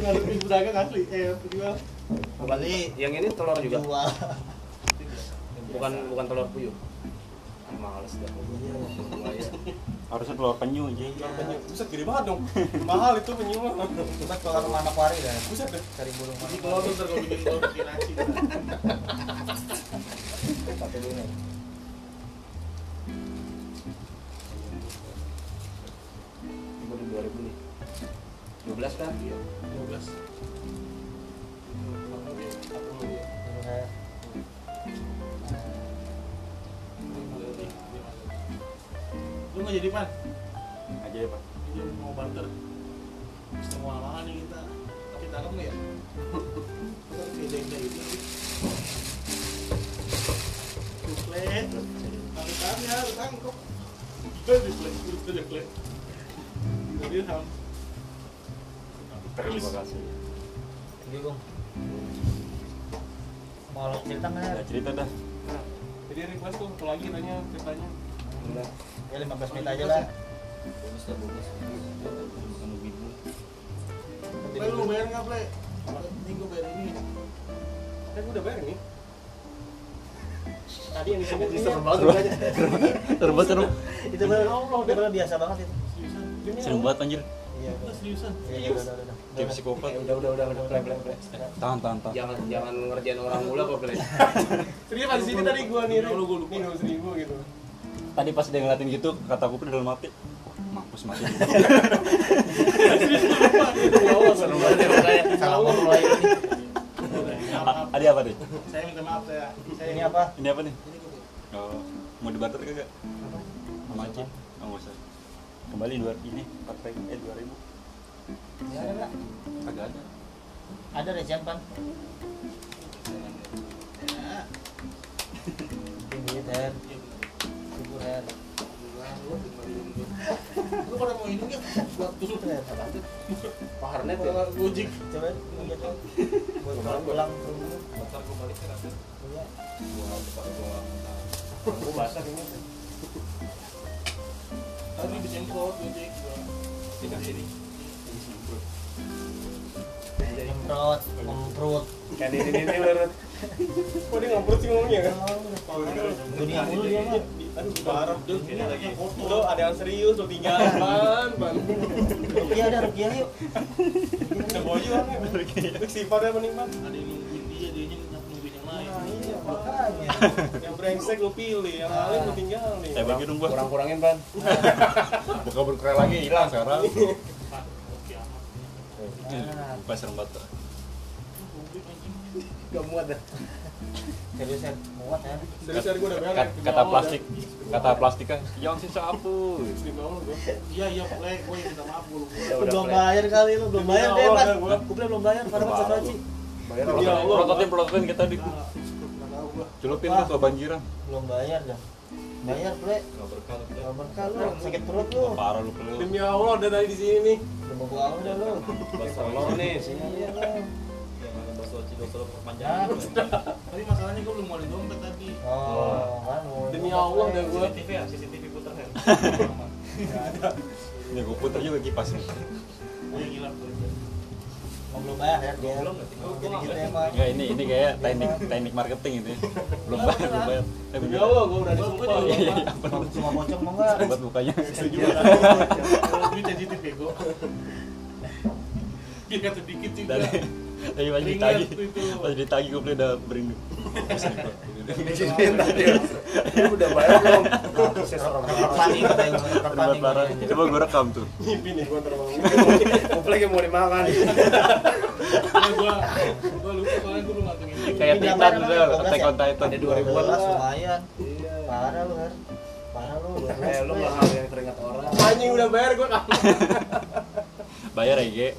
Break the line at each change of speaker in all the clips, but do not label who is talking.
ngadepin pedagang asli eh penjual
Berarti
iya
yang ini telur juga
jual.
bukan bukan telur puyuh Ah, males dah gua. Buaya.
harusnya telur penyu aja
Jual penyu buset gede banget dong mahal itu penyu mah
Kita keluar rumah anak wari dah.
buset deh
Cari burung
ini
mana?
telur tuh ntar kalau bikin telur bikin aci
Pakai dulu.
Ini baru 2000 nih 12 kan iya
12
Dulu kayak.
lu nggak jadi pan
aja ya pak
Dia mau barter semua mahal nih kita tapi tangkap nggak ya kita harus kayak jengkel gitu Duplet, tangkapannya harus tangkap. Kita duplet, kita duplet. Kita dirham.
terima kasih
Ini bung. Mau lo cerita
ada
nggak?
cerita dah
Nah, Jadi request tuh apa lagi nanya ceritanya.
Enggak.
Ya 15 menit aja lah.
Iya,
bonus dah bonus bukan lebih dulu
Ple, lu bayar nggak ple? Ini gue bayar ini.
Kan udah bayar nih. Tadi yang
iya.
disebut
Ini
ini
serem banget rupanya. Serem banget, serem.
Itu bener itu bener biasa banget itu.
Seriusan?
seru banget anjir
Iya.
Lu seriusan?
Iya, udah, udah, udah.
kayak psikopat
Eh, udah udah udah udah play play play
tahan tahan tahan
jangan jangan ngerjain orang mula kok play
Serius pas di sini tadi gua nih.
Kalau gua lupa.
Minum seribu gitu.
tadi pas dia ngeliatin gitu kata aku dalam hati mampus mati
serem banget ya makanya.
Salah ngomong lagi.
Maaf,
ada apa deh
saya minta maaf ya. Saya
Ini apa?
ini apa nih
Ini gue.
oh, mau dibarter kagak
Apa?
sama Aceh oh, nggak usah kembali dua ini empat ribu eh dua ribu
Iya,
Ya, ada nggak?
kagak ada
Ada recehan pan.
Ya.
Ini Her. Ibu Iya. Her.
Lu pada mau ini nggak? Buat
Ibu
tuh
Her. apa?
paharnet ya
Buat gojek.
Coba lu lihat tuh. Buat orang pulang ke rumah.
bentar gua balik kan
Iya.
gua buka gua gua basah ini
Tadi disemprot gojek.
kan
tidak sini
Semprot, semprot.
kayak ini ini lurut
Kok dia ngamprut sih ngomongnya kan?
Dunia mulu dia mah.
Aduh, parah.
Dul, ini lagi
Lu
foto.
ada yang serius, lu tinggalin pan, pan.
Rupiah ada rupiah yuk.
Udah bojo kan? Lu sifatnya mending pan.
Ada yang nungguin dia, dia yang nungguin yang lain.
Nah, iya makanya.
Yang brengsek lu pilih, yang lain lu tinggalin.
saya Eh, bagi dong gua
kurang kurangin ban
buka berkerah lagi hilang sekarang
Pak, oke amat.
Nah,
Iya. pas serem banget tuh.
Lu gojek anjing.
gak muat dah
serius Her. Muat ya.
Serius tadi gua udah bayar.
Kat- kata plastik kata plastik kan jangan sih sapu
Iya, iya, boleh. Gue yang minta maaf, gue lupa.
ya
Lu
udah
belum
play
bayar kali lu belum
Demi
bayar deh
Allah,
pan.
dah gua.
Gue bilang belum bayar. Padahal satu aja.
bayar
Ya
orang
Allah. Iya.
prototin prototin kita di
Nah, nggak tahu gue.
celupin tuh ke banjiran
Belum bayar dah. Bayar bre.
gak berkah lu, Play.
Gak berkah lu. Sakit perut lu.
Oh.
parah lu perlu
Demi Allah udah tadi di sini nih.
Udah mau buang udah lu.
basah telur nih sini
Iya lu.
panjang
Nah,
Tadi masalahnya gue belum ngeluarin dompet tadi.
Oh, kan mau-
Demi Allah dah gua.
CCTV ya CCTV putar ya
ya gua puter juga kipasnya
Gue yang hilang gue.
Mau belum bayar ya gitu dia.
Belum,
Mau
gua nggak
Gitu-gitu
bayar.
emang.
Enggak ini ini kayak teknik teknik marketing ini. Belum bayar, belum bayar. Iya, Eh
Demi
bener.
Allah gua udah
Gue
disumpah.
juga lupa.
Mau cuma bocong mau enggak?
Buat mukanya.
Kalau duit sensitif bego. Dia kata dikit juga.
Dari dari pas
Keringat
ditagi.
tuh itu.
Pas ditagi gue beli udah berinduk. Pusing gua.
tadi lu udah bayar belum
Terus repan nih katanya repan
Tempat
nih.
parah.
katanya.
Coba gue rekam tuh.
Mimpi nih gua terbang.
Kuplek yang mau dimakan
Nah, gue gue lupa soalnya gue belum ngantongin.
Kayak
Ini
Titan
gambar apa
udah
nih?
Attack on Titan.
Ada 2000 an
12
lah.
lumayan.
iya
Parah lu, Her. Parah lu.
eh
12,
lu
Her.
mahal yang keringat orang
Anjing udah bayar gua kamu.
Bayar ya, Ge.
Bayar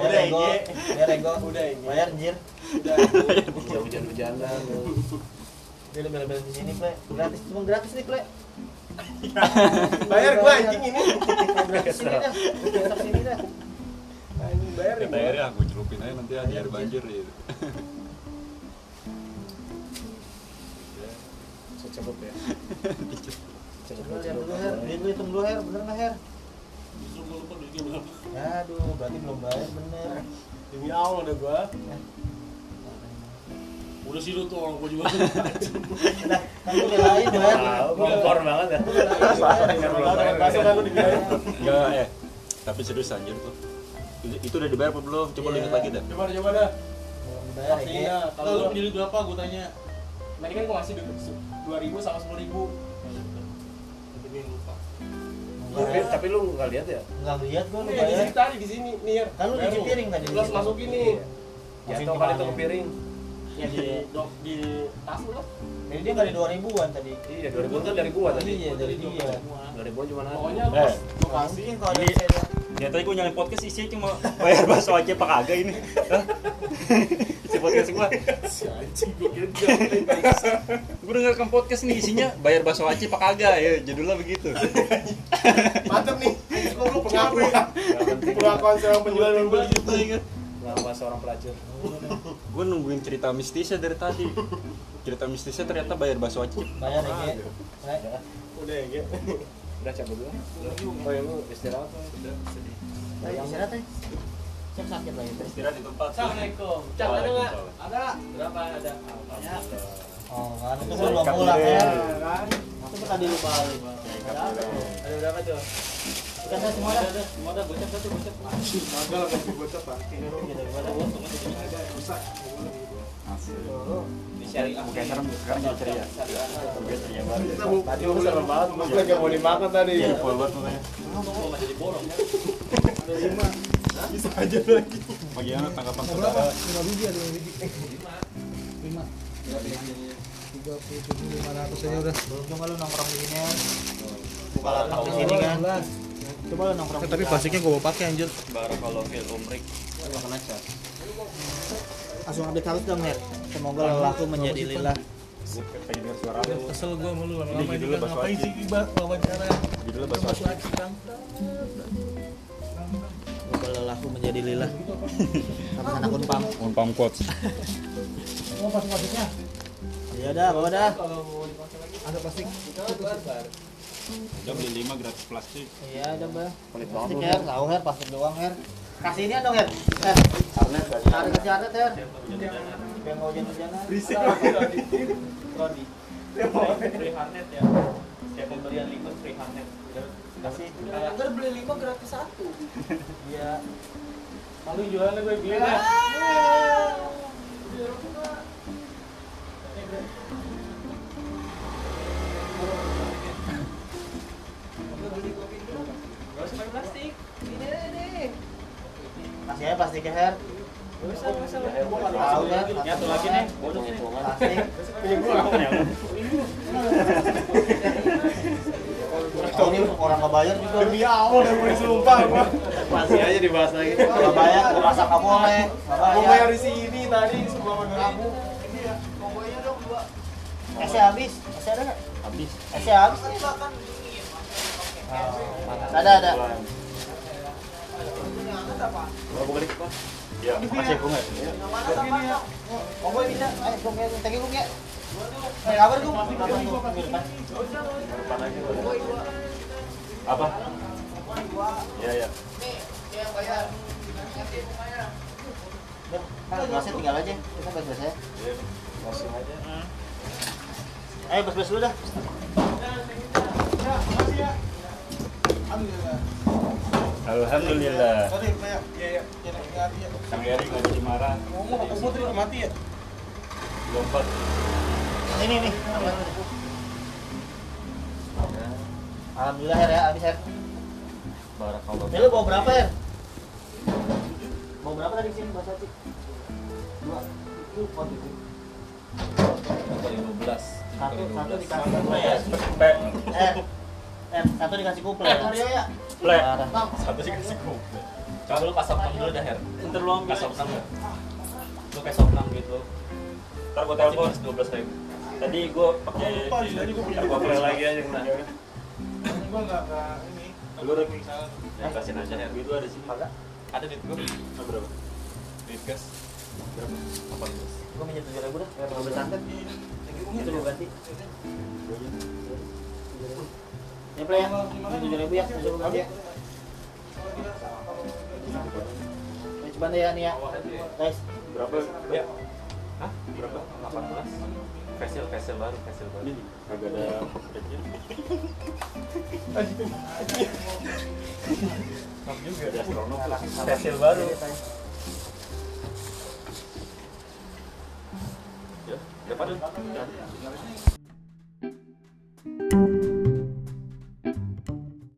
Udah,
ego.
Ige.
Bayar ego.
Udah, Ige.
Bayar anjir.
Udah.
hujan hujan hujanan
Dia udah bela-bela di sini, Ple. Gratis, cuma gratis nih, Ple.
Bayar gua anjing ini.
Gratis sini dah. Gratis sini dah.
Anjing bayar
Ya
nih.
bayar ya, gue celupin aja nanti ada air banjir gitu.
cukup ya
Coba lihat dulu, Her. Duit lu hitung dulu, Her. Bener nggak, Her?
Justru gue lupa duitnya belum.
Aduh, berarti belum bayar bener.
Demi Allah udah gua.
Udah sih lu tuh orang gua juga.
Nah, kan gue belain bayar. Gue
kompor banget ya.
Masa kan lu dibiarin.
Enggak, eh. Tapi serius anjir tuh. Itu, itu udah dibayar apa belum? Coba lu ingat
Iya.
lagi dah.
Coba coba dah.
Belum bayar ya.
Pastinya
Kalau
kalau
lu pendiri berapa gua tanya.
tadi kan gua ngasih dua ribu sama sepuluh ribu.
Tapi gue yang lupa.
tapi lu nggak lihat ya?
Enggak lihat gue lu
Nih Iya, di
bayar.
sini tadi di sini Nir.
Kan lu
Baru.
cuci piring tadi.
ya. Lu harus masukin nih.
Masukin
Iya. Jatuh
ke
kali
mana?
tuh ke piring.
Ya di dok di tas lu lah.
Jadi dia nggak ada dua ribuan tadi.
Iya, 2000 kan dari gua tadi.
Iya, dari dia.
Nah.
2000 cuma ada.
Pokoknya lu
Eh.
pas
Gue mungkin kalau ada
Ini-
saya.
Ya tadi gue nyalain podcast isinya cuma bayar bakso aja pak kagak ini. Hah? Isi podcast gue.
Si anjing gua kira dia beli bakso.
Gue dengarkan podcast nih isinya bayar bakso aja pak kagak ya judulnya begitu.
mantep nih. Gua lu pengaruh.
Nggak penting.
Pengakuan seorang penjual dan
Tiba-tiba
pembeli.
gitu,
ya kan?
ingat.
Nggak seorang pelacur.
Gue nungguin cerita mistisnya dari tadi. Cerita mistisnya ternyata bayar bakso aja.
Bayar ya. Ge. Nah,
Udah ya, Ge.
Udah cabut dulu. Oh ya lu istirahat tuh.
Ayo istirahat ya. Cek sakit lagi.
Istirahat di tempat.
Assalamualaikum. Cak ada nggak? Ada. Berapa ada? Ya.
Oh, kan itu
Saya
gua belum
ikat
pulang
dulu.
ya.
Kan.
Itu gua tadi lupa lu. Ada apa?
Ada berapa Jo?
Ikat saya semua dah.
Ada. Semua ada bocah satu bocah.
Kagak lah kasih bocah pasti.
Gitu, gua dah.
Ada rusak.
Di sharing ah.
Bukan serem sekarang jadi ceria. Bukan ceria banget.
Kita bu.
Tadi lu serem banget, lu gak mau dimakan tadi.
Iya, full banget makanya.
Ada lima.
Bisa aja lagi. Bagaimana tanggapan saudara?
Lima biji ada lima biji. Lima. Tiga puluh tujuh lima ratus aja udah.
Beruntung lu nongkrong di sini ya. Buka lapak di sini kan. Coba lu nongkrong.
Eh, tapi
di
plastiknya gua mau pakai anjir.
Barakalofil Umrik.
Gak kena cas. Langsung update harus dong, Her. Semoga lelaku menjadi lillah.
Gue pengen denger suara lu.
Kesel gua sama lu
Ini
lama-lama ini
judulnya
kan
bakso
ngapain
aci.
sih Iba wawancara?
Judulnya bakso
Bakso
aci.
aci kan.
Semoga lelahku menjadi lillah. Sama anak unpam.
Unpam quotes.
Oh, pas plastiknya
Ya udah, bawa dah.
Kalau mau dipakai lagi,
ada plastik.
Udah beli 5 gratis plastik.
Iya, udah, Bah.
Pelit banget
Plastik,
lu.
Her. Tahu, Her. Plastik doang, Her. Kasih ini dong, Her. Her.
Arnet tadi.
Tarik kasih Arnet, Her. Biar nggak hujan-hujanan.
Berisik lagi Rodi. Rodi. Free- Free harnet ya. Setiap pembelian liquid free harnet.
Kasih.
Agar beli lima gratis satu.
Iya.
Malu jualan gue beli ya. Gak usah pakai plastik. Ini aja deh.
Kasih aja plastiknya, Her.
Gak usah, gak usah.
Ya, gua nggak
tahu kan.
Ya, satu lagi nih. Bodoh ini.
Plastik.
Punya gua.
Tahu ini orang nggak bayar juga.
Demi Allah udah mau disumpah gua.
Masih aja dibahas lagi.
Nggak bayar, gua rasa nggak boleh. Nggak
Mau
bayar.
bayar di sini tadi sebelum ada kamu.
Esnya habis. Esnya ada nggak?
Habis.
Esnya habis. nih. Oh, Ada, ada.
Gua balik, Pak.
Iya, makasih Bung. Ya.
Oh, gue bisa. Ayo, gue kayak tagi gue kayak. Eh, kabar gue. Kabar gue.
Depan aja gua. Apa? Iya, iya.
Kan gelasnya tinggal aja. Kita bebas ya.
Iya.
Langsung aja.
Ayo, bebas dulu dah.
Ya,
Alhamdulillah.
Tadi kayak ya ya ya ya, ya.
Kang Eri nggak jadi marah.
Ngomong aku putri udah mati
Iya,
ya.
Lompat.
Ini nih. Alhamdulillah Her ya, habis Her.
Barakallah.
Ini Ya, lu bawa berapa Her? Bawa berapa tadi sini Mas Ati? Dua. Itu pot itu.
Dari 12.
Satu, Eh, satu dikasih kuple ya.
Pe.
Eh, eh, satu dikasih kuple. ya.
Ple.
Parah.
Satu sih kasih kumpul.
Coba lu kasih opnam dulu dah, Her.
Ntar lu ambil.
Kasih opnam ya. Lu kasih opnam gitu.
Ntar gua telepon.
12 ribu.
Tadi gua pakai. Ntar gua play lagi aja kena.
Gua enggak enggak ini.
Lu udah
Misalnya,
Ya, kasihin aja, Her.
Duit lu ada sini.
Kagak.
Ada duit gua.
Ah, Berapa?
Duit gas.
Berapa?
Apa duit?
Gua minjem 7.000 dah. Enggak beli santet. Itu gua ganti. Ya, Ple ya. 7.000 ya, 7.000 ganti ya.
kalau dia sama- kalau dia
Coba deh ya nih ya. Guys,
Berapa? Ya. Hah? Berapa? 18. Facial, facial baru, facial baru. Kagak ada facial. Top juga. Ada astronom lah. Facial baru. Ya, dapat.